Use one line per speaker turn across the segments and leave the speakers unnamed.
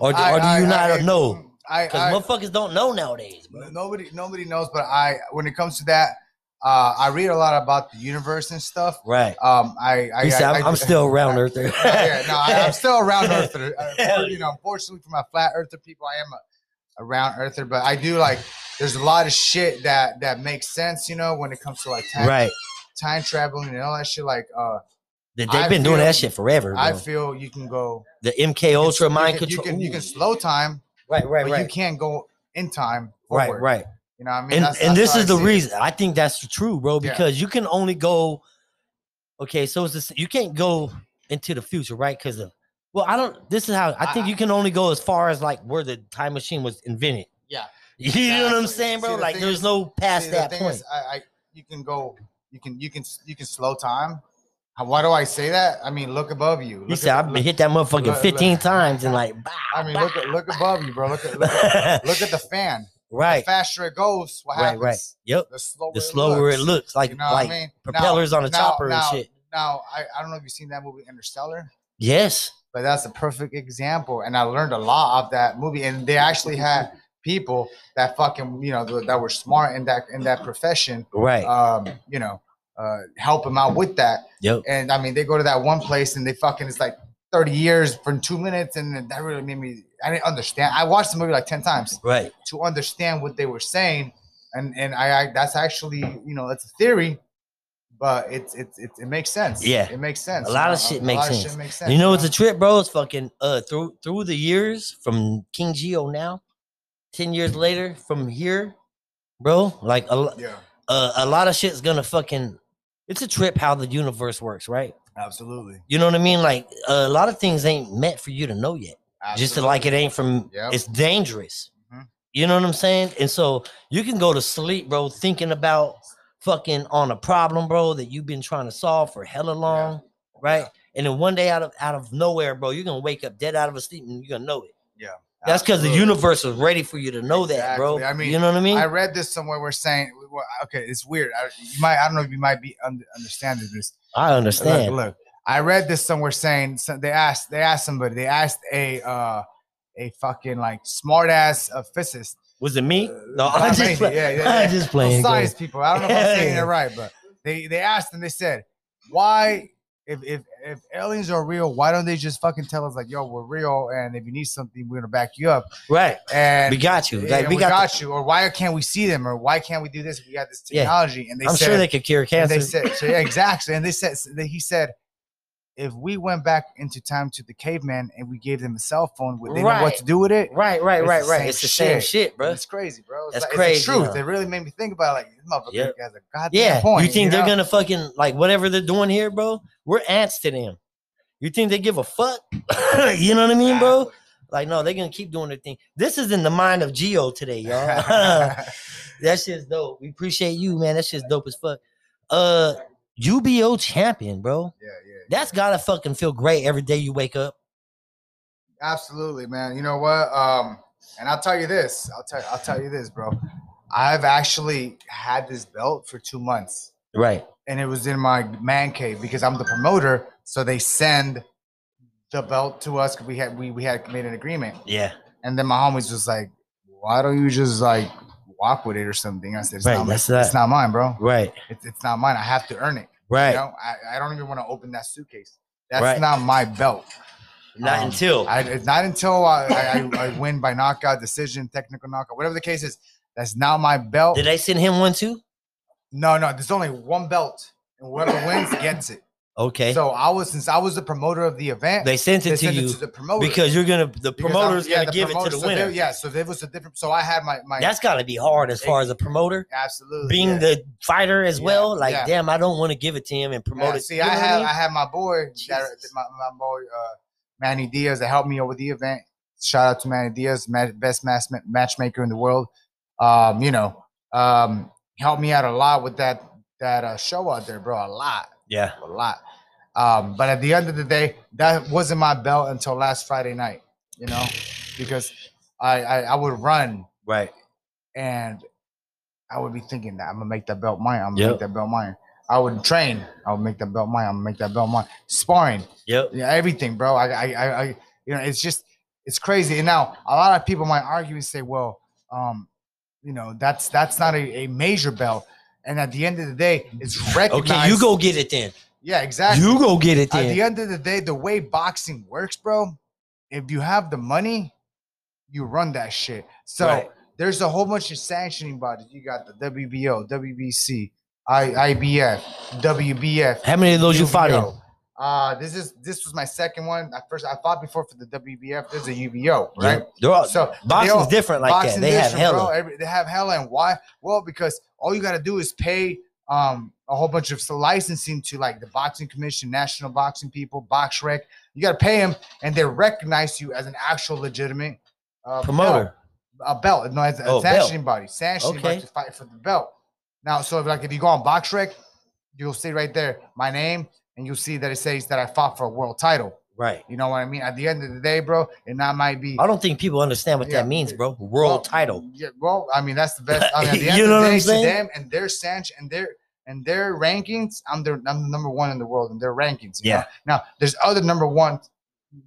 Or, do- or do
I-
you
I-
not
I-
know?
I,
Because
I
motherfuckers don't know nowadays, bro.
nobody nobody knows, but I when it comes to that, uh, I read a lot about the universe and stuff.
Right.
Um, I I,
He said,
I,
I'm,
I-
I'm still around earth. there.
yeah, no, I, I'm still around earther. Uh, you know, unfortunately for my flat earther people, I am a, a round earther, but I do like. There's a lot of shit that that makes sense, you know, when it comes to like time,
right.
time traveling and all that shit. Like, uh,
They- They've
I
been doing
feel-
that shit forever.
I
bro.
feel you can go
the MK Ultra
you
mind
can- you
control.
can you
Ooh.
can slow time,
right, right,
but you
right,
can't go in time.
right,
forward.
right.
You know, what I mean,
and
That's-
and
that's
this
how I
is the
see it.
reason I think that's true, bro.
Yeah.
Because you can only go. Okay, so it's this, you can't go into the future, right? Because of well, I don't. This is how I think
I-
you can only go as far as like where the time machine was invented.
Yeah,
You know what I'm
exactly.
saying, bro?
See, the
like
thing
there's
is-
no past
See,
that
the thing
point.
Is, I, I you can go you can you can you can slow time. How- Why do I say that? I mean, look above you.
He
Look
said
at-
I've been
look-
hit that motherfucking
look- look.
15 times and like. Bah,
I mean, look at look above you, bro. Look at look at,
bah.
look at the fan. The
right,
faster it goes, what
right,
happens?
right. Yep.
The slower
The slower it
looks.
looks, like
You know what
like
I mean? Now-
propellers on a
now-
chopper
now-
and shit.
Now, I, I don't know if you've seen that movie Interstellar,
Yes.
but that's a perfect example. And I learned a lot of that movie. And they actually had people that fucking you know th- that were smart in that in that profession.
Right.
Um, you know, uh, help them out with that.
yep.
And I mean, they go to that one place and they fucking it's like thirty years for two minutes, and that really made me. I didn't understand. I watched the movie like ten times
Right.
to understand what they were saying, and and I, I that's actually you know that's a theory, but it's it's it, it makes sense.
Yeah.
it makes sense.
A
you
lot
know,
of shit makes
lot of
sense.
makes sense,
You know it's a trip, bro. It's fucking uh through through the years from King Geo now, ten years later from here, bro. Like a lo-
yeah,
uh, a lot of shit's gonna fucking. It's a trip how the universe works, right?
absolutely.
You know what I mean? Like a lot of things ain't meant for you to know yet. Just
absolutely.
like it ain't from.
Yep.
It's dangerous.
Mhm.
You know what I'm saying? And so you can go to sleep, bro, thinking about fucking on a problem, bro, that you've been trying to solve for hella long, right? And then one day out of out of nowhere, bro, you're gonna wake up dead out of a sleep and you're gonna know it. That's because the
Absolutely.
universe is ready for you to know that, bro.
Exactly. I mean,
you know what I mean?
I read this somewhere. We're saying, well, okay, it's weird. I, you might, I don't know if you might be un- understanding this.
I
Look,
understand.
look, I read this somewhere saying so they asked they asked somebody they asked a uh a fucking like smart ass uh, physicist
Was it me? No,
Uh,
I just,
maybe,
play-
yeah, yeah,
I
yeah.
just
Well,
playing. go
science
ahead.
people. I don't know if I'm saying
Yeah.
it right, but they they asked and they said why if if if aliens are real, why don't they just fucking tell us like yo we're real and if you need something we're gonna back you up
Right.
and.
We got you.
and
Like,
we,
we got. the-
got you, or why can't we see them, or why can't we do this? We got this
Yeah.
technology, and they
I'm
said,
sure they could cure
and
cancer.
they said, so, yeah, exactly. And they said, so they, he said, if we went back into time to the caveman and we gave them a cell phone, would they know what
Right.
to do with it?
right, right,
It's
right,
the
right.
same
It's the same
shit.
shit, bro.
It's crazy, bro. It's
That's
like-
crazy,
It's the truth.
huh?
It really made me think about it, like, this motherfucker
Yep.
has a goddamn
Yeah.
point.
you think
know?
they're gonna fucking like whatever they're doing here, bro? We're ants to them. You think they give a fuck? you know what I mean, bro? Like, no, they're gonna keep doing their thing. This is in the mind of Geo today, y'all. That shit's dope. We appreciate you, man. That shit's dope as fuck. Uh, UBO champion, bro.
yeah, yeah.
That's gotta fucking feel great every day you wake up.
Absolutely, man. You know what? Um, and I'll tell you this. I'll tell. I'll tell you this, bro. I've actually had this belt for two months.
Right.
and it was in my man cave because I'm the promoter. So they send the belt to us 'cause we had we, we had made an agreement.
Yeah.
And then my homies was like, "Why don't you just like walk with it or something?" I said, "It's,
Right,
not, my-
that's that.
it's not mine, bro.
Right.
It's, it's not mine. I have to earn it.
Right.
You know, I, I don't even want to open that suitcase. That's
Right.
not my belt.
Not
Um,
until
I, it's not until I, I, I, I win by knockout, decision, technical knockout, whatever the case is. That's not my belt.
did they send him one too?
no, no. There's only one belt, and whoever wins gets it.
Okay.
So I was since I was the promoter of the event.
they sent it
they
to
sent
you
it to the promoter
because you're gonna the
Because I'm-
promoter's
yeah,
gonna
the
give it
promoter-
to the
so they-
winner.
yeah, so there was a different. So I had my my
That's gotta be hard as far as a promoter.
absolutely
Being
yeah.
the fighter as
Yeah,
well, like
yeah.
damn, I don't want to give it to him and promote
Yeah,
it.
see,
You
I
know what
had
mean?
I had my boy that,
Jesus.
my, my boy uh, Manny Diaz that helped me over the event. Shout out to Manny Diaz, ma- best mas- matchmaker in the world. Um, you know, um, helped me out a lot with that that uh, show out there, bro. A lot,
yeah.
a lot. Um, but at the end of the day, that wasn't my belt until last Friday night. You know, because I I, I would run
Right.
and I would be thinking that I'm gonna make that belt mine. I'm gonna
Yep.
make that belt mine. I would train. I would make that belt mine. I'm gonna make that belt mine. Sparring,
Yep.
yeah, everything, bro. I, I, I, I you know, it's just it's crazy. And now a lot of people might argue and say, well, um, you know, that's that's not a, a major belt. And at the end of the day, it's recognized.
Okay, you go get it then.
Yeah, exactly.
You go get it
at the
then.
end of the day, the way boxing works, bro, if you have the money, you run that shit. So
Right.
there's a whole bunch of sanctioning bodies. You got the WBO, WBC, I, IBF, WBF.
How many of those you fought in?
UBO. Uh, this is this was my second one. At first, I fought before for the WBF. There's a UBO, right?
They're all,
So
boxing's
all-
different like
boxing
that. They have
district,
hella.
bro. Every- they have hella, and why? Well, because all you gotta do is pay um a whole bunch of licensing to like the boxing commission, national boxing people, box rec. You gotta pay them, and they recognize you as an actual legitimate uh,
Promoter.
belt- a belt, no, as a
Oh, belt.
sanctioning body, sanctioning body
Okay.
to fight for the belt. Now, so if, like if you go on box rec, you'll see right there my name, and you'll see that it says that I fought for a world title.
Right.
You know what I mean? At the end of the day, bro, and that might be
I don't think people understand what
Yeah.
that means, bro. World
well,
title.
Yeah, well, I mean that's the best. I mean, at the
You
end
know
of
what
the
I'm
day, to
saying?
them and their sanction and their and their rankings, I'm their I'm the number one in the world in their rankings. you know?
Yeah.
Now there's other number one.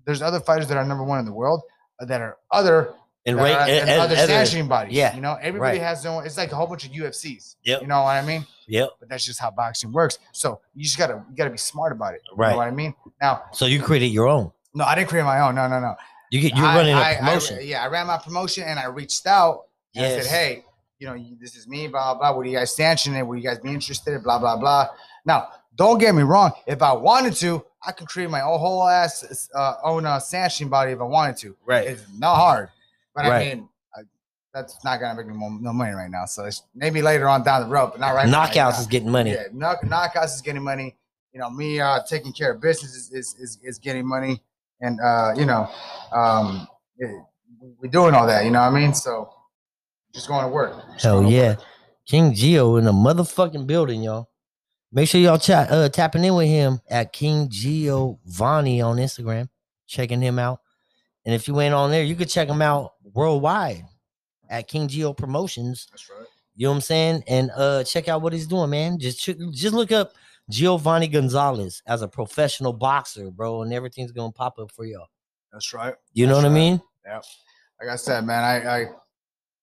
There's other fighters that are number one in the world uh, that are other
And
that
right.
are,
And,
and
and-
other
and-
sanctioning bodies.
yeah,
you know everybody
right.
has their own. It's like a whole bunch of UFCs.
Yep.
You know what I mean?
Yep.
But that's just how boxing works. So you just gotta you gotta be smart about it. You
Right.
know what I mean? Now,
So you created your own.
no, I didn't create my own. No, no, no.
You get you're
I-
running
I-
a
I-
promotion.
yeah, I ran my promotion and I reached out and I
yes.
said, hey, you know, you- this is me, blah, blah, blah. Would you guys sanction it? Would you guys be interested? in? Blah, blah, blah. Now, don't get me wrong. If I wanted to, I could create my own whole ass uh, own uh, sanctioning body if I wanted to.
Right.
It's not hard. But I
Right.
mean, I, that's not going to make me mo- no money right now. So it's maybe later on down the road, but not right now.
Knockouts is getting money.
Yeah, knock, knockouts is getting money. You know, me uh, taking care of business is, is, is, is getting money. And, uh, you know, um, it- we're doing all that. You know what I mean? So just going to work. Just
Hell
going to
yeah. King Geo in the motherfucking building, y'all. Make sure y'all chat uh tapping in with him at King Giovanni on Instagram, checking him out. And if you ain't on there, you could check him out worldwide at King Geo Promotions.
That's right.
You know what I'm saying? And uh check out what he's doing, man. Just ch- just look up Giovanni Gonzalez as a professional boxer, bro, and everything's gonna pop up for y'all.
That's right.
You know
That's
what I
right.
mean?
Like I said, man, I, I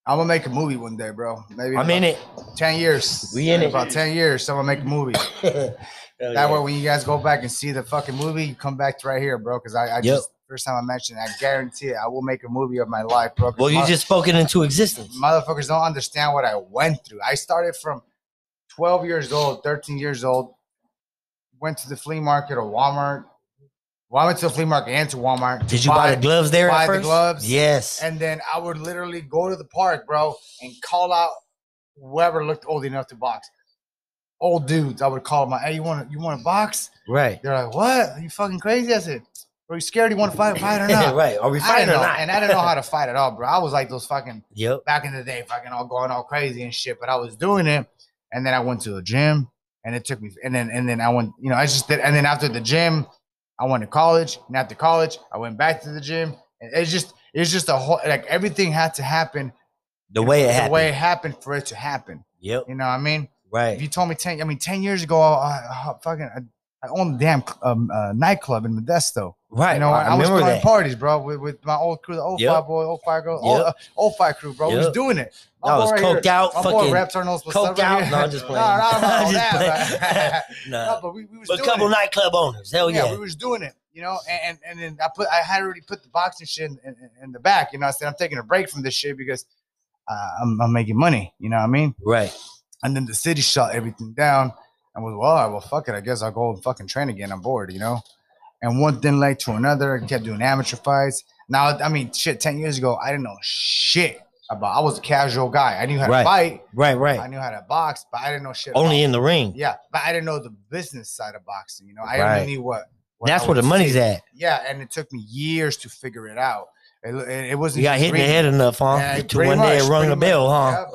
I'm gonna make a movie one day, bro. Maybe
I'm in it.
about ten years.
We in it.
about ten years. I'm gonna make a movie.
Hell
That way,
yeah.
when you guys go back and see the fucking movie, you come back to right here, bro. Because I, I
Yep.
just first time I mentioned, it, I guarantee it, I will make a movie of my life, bro. 'cause
Well, you
mo-
just spoke it into existence.
motherfuckers don't understand what I went through. I started from 12 years old, 13 years old, went to the flea market or Walmart. Well, I went to the flea market and to Walmart.
Did you buy, the gloves there? at
buy the
first?
gloves
Yes.
And then I would literally go to the park, bro, and call out whoever looked old enough to box. Old dudes, I would call them. Like, hey, you want to you want to box?
right.
They're like, what? Are you fucking crazy? I said, are you scared? You want to fight? Fight or not?
right. Are we
I
fighting
didn't
or
know,
not?
and I didn't know how to fight at all, bro. I was like those fucking
Yep.
back in the day, fucking all going all crazy and shit. But I was doing it, and then I went to a gym, and it took me, and then and then I went, you know, I just did, and then after the gym, I went to college, and after college, I went back to the gym, and it's just it's just a whole like everything had to happen
The way it happened.
the way it happened for it to happen.
yep.
You know what I mean? If
Right.
you told me ten, I mean ten years ago, I, I, I fucking. I, I owned a damn um, uh, nightclub in Modesto.
Right.
You know, I,
I,
was
remember
throwing
that.
parties, bro, with, with my old crew, the old
Yep.
five boy, old five girl, old,
Yep.
uh, old five crew, bro. We was
Yep.
doing it. My
I was
boy right here-
coked out.
my boy
fucking
Raps Arnold's was
coked
over
out.
here.
No, I'm just
No,
playing.
no, no,
I'm
no,
just
that, but-
Nah.
no, but we, we was
But a
doing
couple
it.
nightclub owners. Hell yeah.
we was doing it, you know, and, and and then I put I had already put the boxing shit in, in, in the back, you know. I said I'm taking a break from this shit because uh, I'm, I'm making money, you know what I mean?
Right.
And then the city shut everything down. I was, well, all right, well, fuck it. I guess I'll go and fucking train again. I'm bored, you know? And one thing led to another. I kept doing amateur fights. Now, I mean, shit, 10 years ago, I didn't know shit about I was a casual guy. I knew how
Right.
to fight,
Right.
I
Right.
knew how to box, but I didn't know shit.
Only
about-
in the ring.
Yeah, but I didn't know the business side of boxing, you know? I
Right.
only knew what. what
That's
I
where the
would
money's
see.
at.
Yeah, and it took me years to figure it out. It, it, it
You
wasn't
got
just
hit in the
reading.
head enough, huh?
Yeah,
to
pretty
one day it
much,
rung
pretty
the bell,
much.
huh?
Yeah,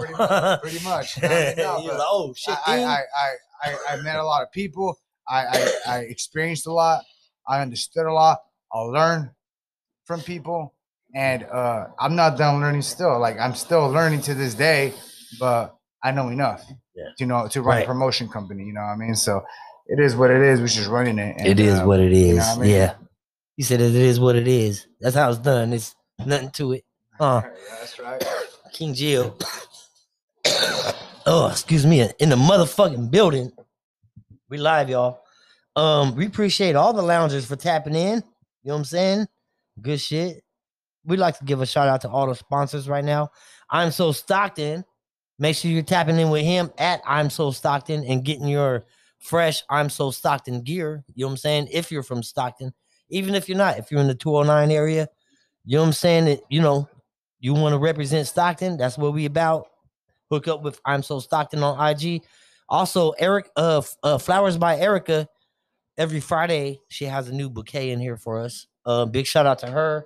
pretty much, pretty much. No, no, but-
You was like, oh shit. dude.
I, I, I, I, I met a lot of people. I, I, I experienced a lot. I understood a lot. I learned from people, and uh, I'm not done learning. Still, like I'm still learning to this day, but I know enough.
Yeah.
You know, to run
Right.
a promotion company. You know what I mean? So it is what it is. We're just running it. and,
it is
uh,
what it is.
know what I mean?
Yeah. He said it is what it is. That's how it's done. It's Nothing to it. Uh,
That's right.
King Geo. oh, excuse me. In the motherfucking building. We live, y'all. Um, we appreciate all the loungers for tapping in. You know what I'm saying? Good shit. We'd like to give a shout out to all the sponsors right now. I'm so Stockton. Make sure you're tapping in with him at I'm so Stockton and getting your fresh I'm so Stockton gear. You know what I'm saying? If you're from Stockton, even if you're not, if you're in the 209 area, you know what I'm saying? That you know, you want to represent Stockton, that's what we about. Hook up with I'm so Stockton on IG. Also, Eric uh, F- uh Flowers by Erica. Every Friday, she has a new bouquet in here for us. Uh, big shout out to her.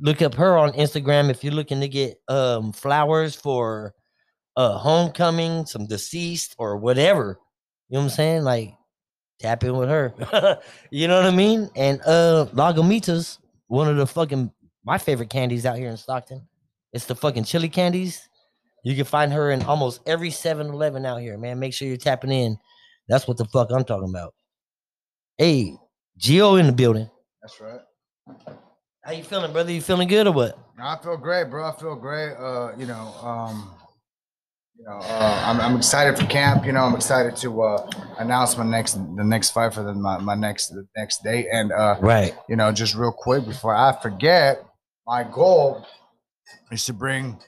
Look up her on Instagram if you're looking to get um flowers for uh homecoming, some deceased or whatever. You know what I'm saying? Like tap in with her. you know what I mean? And uh Lagamitas, one of the fucking my favorite candies out here in Stockton. It's the fucking chili candies. You can find her in almost every 7-Eleven out here, man. Make sure you're tapping in. That's what the fuck I'm talking about. Hey, Geo in the building.
That's right.
How you feeling, brother? You feeling good or what?
No, I feel great, bro. I feel great. Uh, you know, um, you know, uh, I'm, I'm excited for camp. You know, I'm excited to uh, announce my next the next fight for the, my my next the next date. And uh,
Right.
you know, just real quick before I forget, my goal is to bring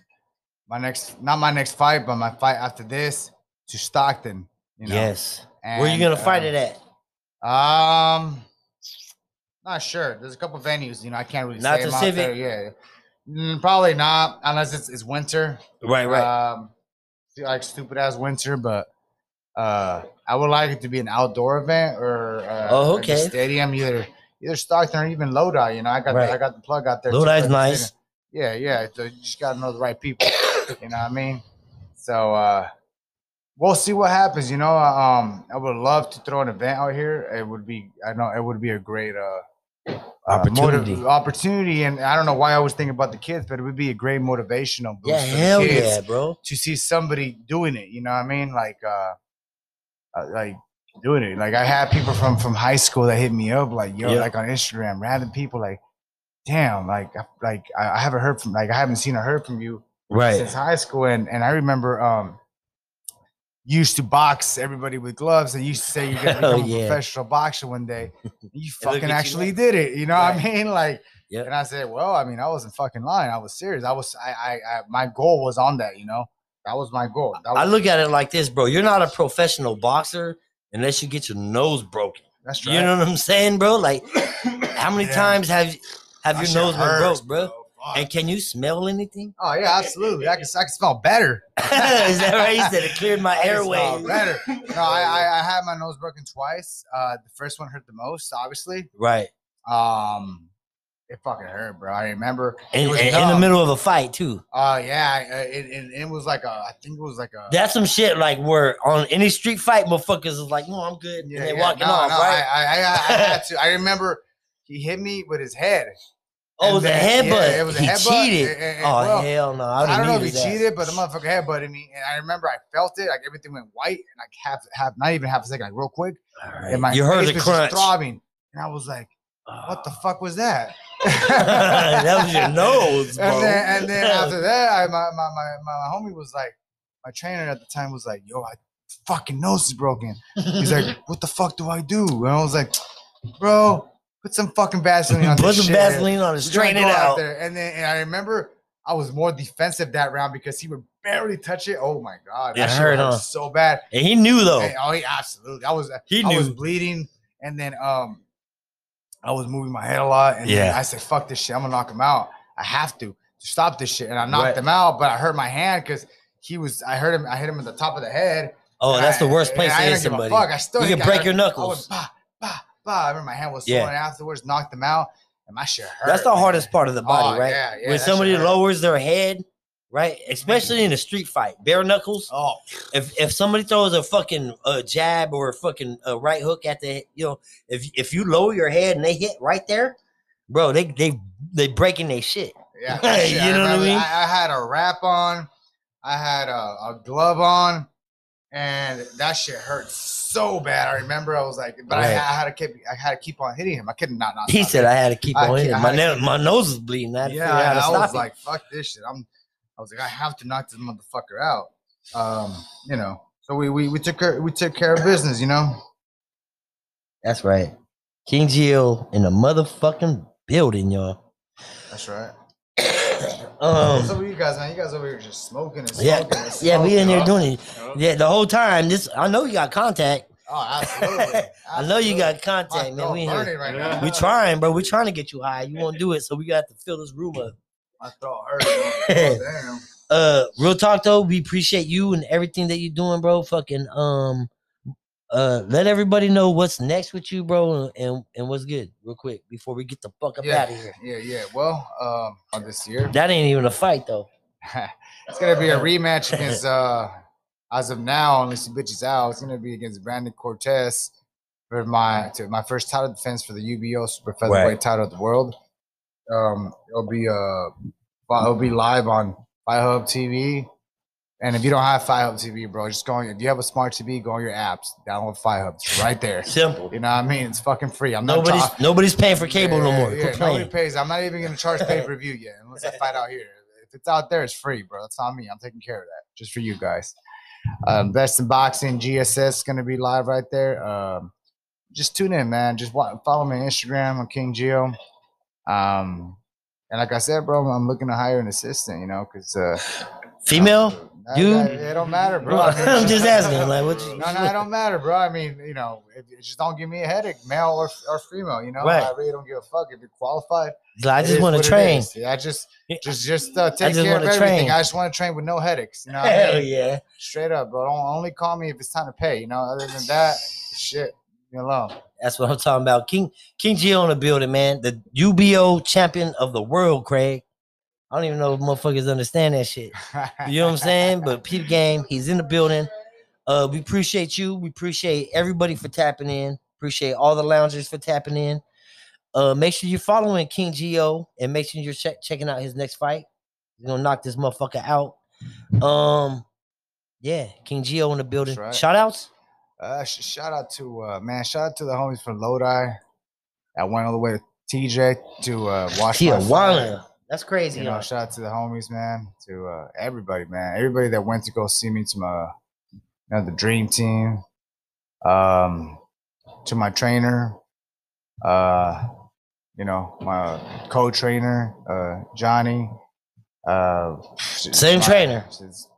my next not my next fight, but my fight after this to Stockton. You know? um, uh,
Yes. Where you gonna fight it at?
at? Um, not sure. There's a couple venues. You know, I can't really
Not
say
the
'em out
Civic?
there. Yeah, Mm, probably not unless it's, it's winter.
Right,
Um, feel like stupid ass winter, but uh, I would like it to be an outdoor event or uh,
Oh,
or just
okay.
stadium either either Stockton or even Lodi. You know, I got
Right.
the, I got the plug out there. too
Lodi's
for the
nice.
stadium. Yeah, yeah. So you just gotta know the right people. you know what I mean? So uh, we'll see what happens. You know, um, I would love to throw an event out here. It would be I know it would be a great uh. uh, motiv-
Opportunity.
opportunity, and I don't know why I always think about the kids, but it would be a great motivational boost.
Yeah,
for the
hell
kids
yeah, bro.
to see somebody doing it. You know what I mean? Like, uh, uh, like doing it. Like I had people from from high school that hit me up, like yo,
Yeah.
like on Instagram, random people, like, damn, like, I- like I, I haven't heard from, like, I haven't seen or heard from you since
Right.
high school, and and I remember, um. you Used to box everybody with gloves, and you used to say you're gonna
Oh,
become a
yeah.
professional boxer one day. You
look at
fucking
you
actually
now.
did it. You know what I
Right.
mean? Like,
Yep.
and I said, well, I mean, I wasn't fucking lying. I was serious. I was, I, I, I my goal was on that. You know, that was my goal. That
I
was-
look at it like this, bro. You're not a professional boxer unless you get your nose broken.
That's
You know what I'm saying, bro? Like, how many
Yeah.
times have have
My
your
shit
nose been
hurts,
broke, bro?
Fuck.
And can you smell anything?
oh yeah, absolutely. I can, I can smell better.
Is that right? He said it cleared my
I can smell
airway.
better. No, I, I, I had my nose broken twice. Uh, the first one hurt the most, obviously.
Right.
Um, it fucking hurt, bro. I remember.
And,
was
and in the
numb.
middle of a fight too.
Uh, yeah, I- I- it, it, it was like a, I think it was like a.
That's some shit like where on any street fight, motherfuckers is like, "No, I'm good,"
yeah,
and they
yeah,
walking
no,
off,
no,
right?
I, I, I, I had to. I remember he hit me with his head. and
oh, the
then-
headbutt.
yeah, it was a
he
headbutt,
cheated.
and- and- and,
oh
well,
hell no! I,
I don't know if
he
he cheated, but the motherfucker headbutted me, and I remember I felt it. Like everything went white, and like half, half, not even half a second, like real quick. and my
you heard
face
the
was just
crunch. Oh.
throbbing, and I was like, "What the fuck was that?"
that was your nose, bro.
And then, and then after that, I, my, my, my, my homie was like, my trainer at the time was like, "Yo, I fucking nose is broken." He's like, "What the fuck do I do?" And I was like, "Bro, put some fucking Vaseline on
put
this
some
shit."
Vaseline on it,
We're gonna
strain it
go
out.
there. And then and I remember I was more defensive that round because he would barely touch it. Oh my god,
It
that shit
hurt,
hurt
huh?
so bad.
And he knew though.
And- oh, yeah, absolutely. I was
He
I was
knew.
bleeding, and then um, I was moving my head a lot, and then
Yeah.
I said, "Fuck this shit! I'm gonna knock him out. I have to to stop this shit." And I knocked
Right.
him out, but I hurt my hand because he was. I heard him. I hit him in the top of the head.
Oh,
and
that's
I-
the worst place
and
to
I
hit
didn't give a
somebody.
Fuck, I still
You
hit-
can
I
break
heard-
your
I went
knuckles.
bah bah bah. I remember my hand was sore,
Yeah.
and afterwards knocked him out, and my shit hurt.
That's the
man.
hardest part of the body,
Oh,
right?
Yeah, yeah,
when
that shit
somebody
hurt. Mm-hmm.
lowers their head, right? Especially in a street fight, bare knuckles.
Oh,
If if somebody throws a fucking uh, jab or a fucking uh, right hook at the, you know, if if you lower your head and they hit right there, bro, they they they breaking their shit.
yeah.
Hey,
shit,
you know what I
remember
mean?
I, I had a wrap on. I had a, a glove on. and that shit hurt so bad. I remember I was like, but I,
Right.
I had to keep, I had to keep on hitting him. I couldn't not. not
He
stop
said I had to keep
I
on
can't-
hitting.
I
My,
had
na- my nose was bleeding. I had to
yeah,
figure out how
I,
to
I
stop
was
it.
like, fuck this shit. I'm, I was like, I have to knock this motherfucker out. Um, you know, so we we, we took care, we took care of business. You know,
That's right. King Gio in the motherfucking building, y'all.
that's right. What's up
Um,
with you guys, man? You guys over here just smoking and smoking.
yeah,
and
yeah, we in there
smoking,
doing it.
huh?
Yeah, the whole time. This I know you got contact.
Oh, absolutely.
I know you got
absolutely.
contact,
My throat
man. We in here.
burning right now.
We trying, bro. We trying to get you high. You won't do it, so we got to fill this room up.
My throat hurting. Oh,
Uh, real talk though, we appreciate you and everything that you're doing, bro. Fucking um, uh, let everybody know what's next with you, bro, and and what's good, real quick, before we get the fuck up
Yeah.
out of here.
damn. Yeah, yeah. Well, um, on this year,
That ain't even a fight though.
it's gonna be a rematch against uh as of now, unless you bitches out, it's gonna be against Brandon Cortez for my to my first title defense for the UBO super featherweight
Right.
title of the world. Um it'll be uh fi- it'll be live on Fight Hub TV. And if you don't have Fight Hub TV, bro, just go on your, if you have a smart TV, go on your apps, download Fight Hub, it's right there.
Simple.
You know what I mean? It's fucking free. I'm not
Nobody's
talking-
nobody's paying for cable
yeah,
no
yeah,
more.
Yeah,
Quit
nobody
playing.
pays. I'm not even gonna charge pay per view yet unless I fight out here. If it's out there, it's free, bro. That's on me. I'm taking care of that just for you guys. Um, Best in Boxing GSS is gonna be live right there. Um, just tune in, man. Just wa follow me on Instagram. I'm King Geo. Um, and like I said, bro, I'm looking to hire an assistant. You know, because uh,
Female?
that-
Dude?
that- it don't matter, bro. I mean,
I'm just asking. Like, what? You,
No, no, it don't matter, bro. I mean, you know, it, it just don't give me a headache, male or, or female. You know,
Right.
I really don't give a fuck if you're qualified.
I
It
just
is
want
what
to
it
train.
is. I just,
Yeah.
just, just uh, take
just
care of
wanna
everything.
train.
I just want to train with no headaches. You know, what I
Hell
mean?
yeah.
straight up, bro. Don't only call me if it's time to pay. You know, other than that, shit, leave me alone.
That's what I'm talking about. King King Gio in the building, man. The UBO champion of the world, Craig. I don't even know if motherfuckers understand that shit. You know what I'm saying? But peep game, he's in the building. Uh, we appreciate you. We appreciate everybody for tapping in. Appreciate all the loungers for tapping in. Uh, make sure you're following King Geo and make sure you're check- checking out his next fight. He's gonna knock this motherfucker out. Um, yeah, King Geo in the building.
right.
Shout outs.
Uh, sh- shout out to uh, man, shout out to the homies from Lodi. I went all the way to TJ to uh, watch my fight.
Tijuana. That's crazy.
you know,
huh?
shout out to the homies, man, to uh, everybody, man, everybody that went to go see me, to my, you know, the dream team, um, to my trainer, uh, you know, my co-trainer, uh, Johnny, uh,
Same
my-
trainer.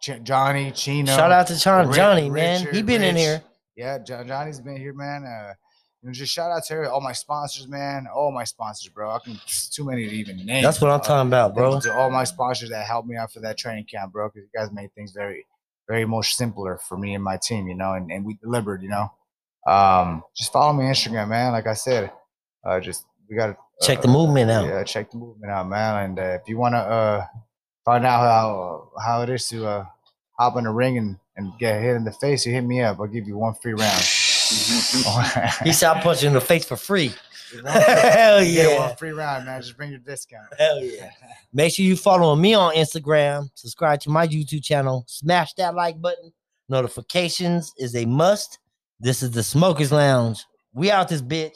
Ch- Johnny Chino.
Shout out to John,
Rick-
Johnny, man.
Richard,
he been in
Rich.
here.
Yeah, John, Johnny's been here, man. Uh, you know, just shout out to every- all my sponsors, man. All my sponsors, bro. I can it's too many to even name.
That's what I'm
bro.
talking
Thank
about,
you
bro.
To all my sponsors that helped me out for that training camp, bro, because you guys made things very, very much simpler for me and my team, you know, and, and we delivered, you know. Um, just follow me on Instagram, man. Like I said, uh, just we got to
Check the movement out.
Yeah, check the movement out, man. And uh, if you want to uh, find out how how it is to uh, hop in the ring and, and get hit in the face, you hit me up. I'll give you one free round.
He said I punch you in the face for free.
yeah,
Hell
one
yeah.
free round, man. Just bring your discount.
Hell yeah. Make sure you following me on Instagram, subscribe to my YouTube channel, smash that like button. Notifications is a must. This is the Smokers Lounge. We out this bitch.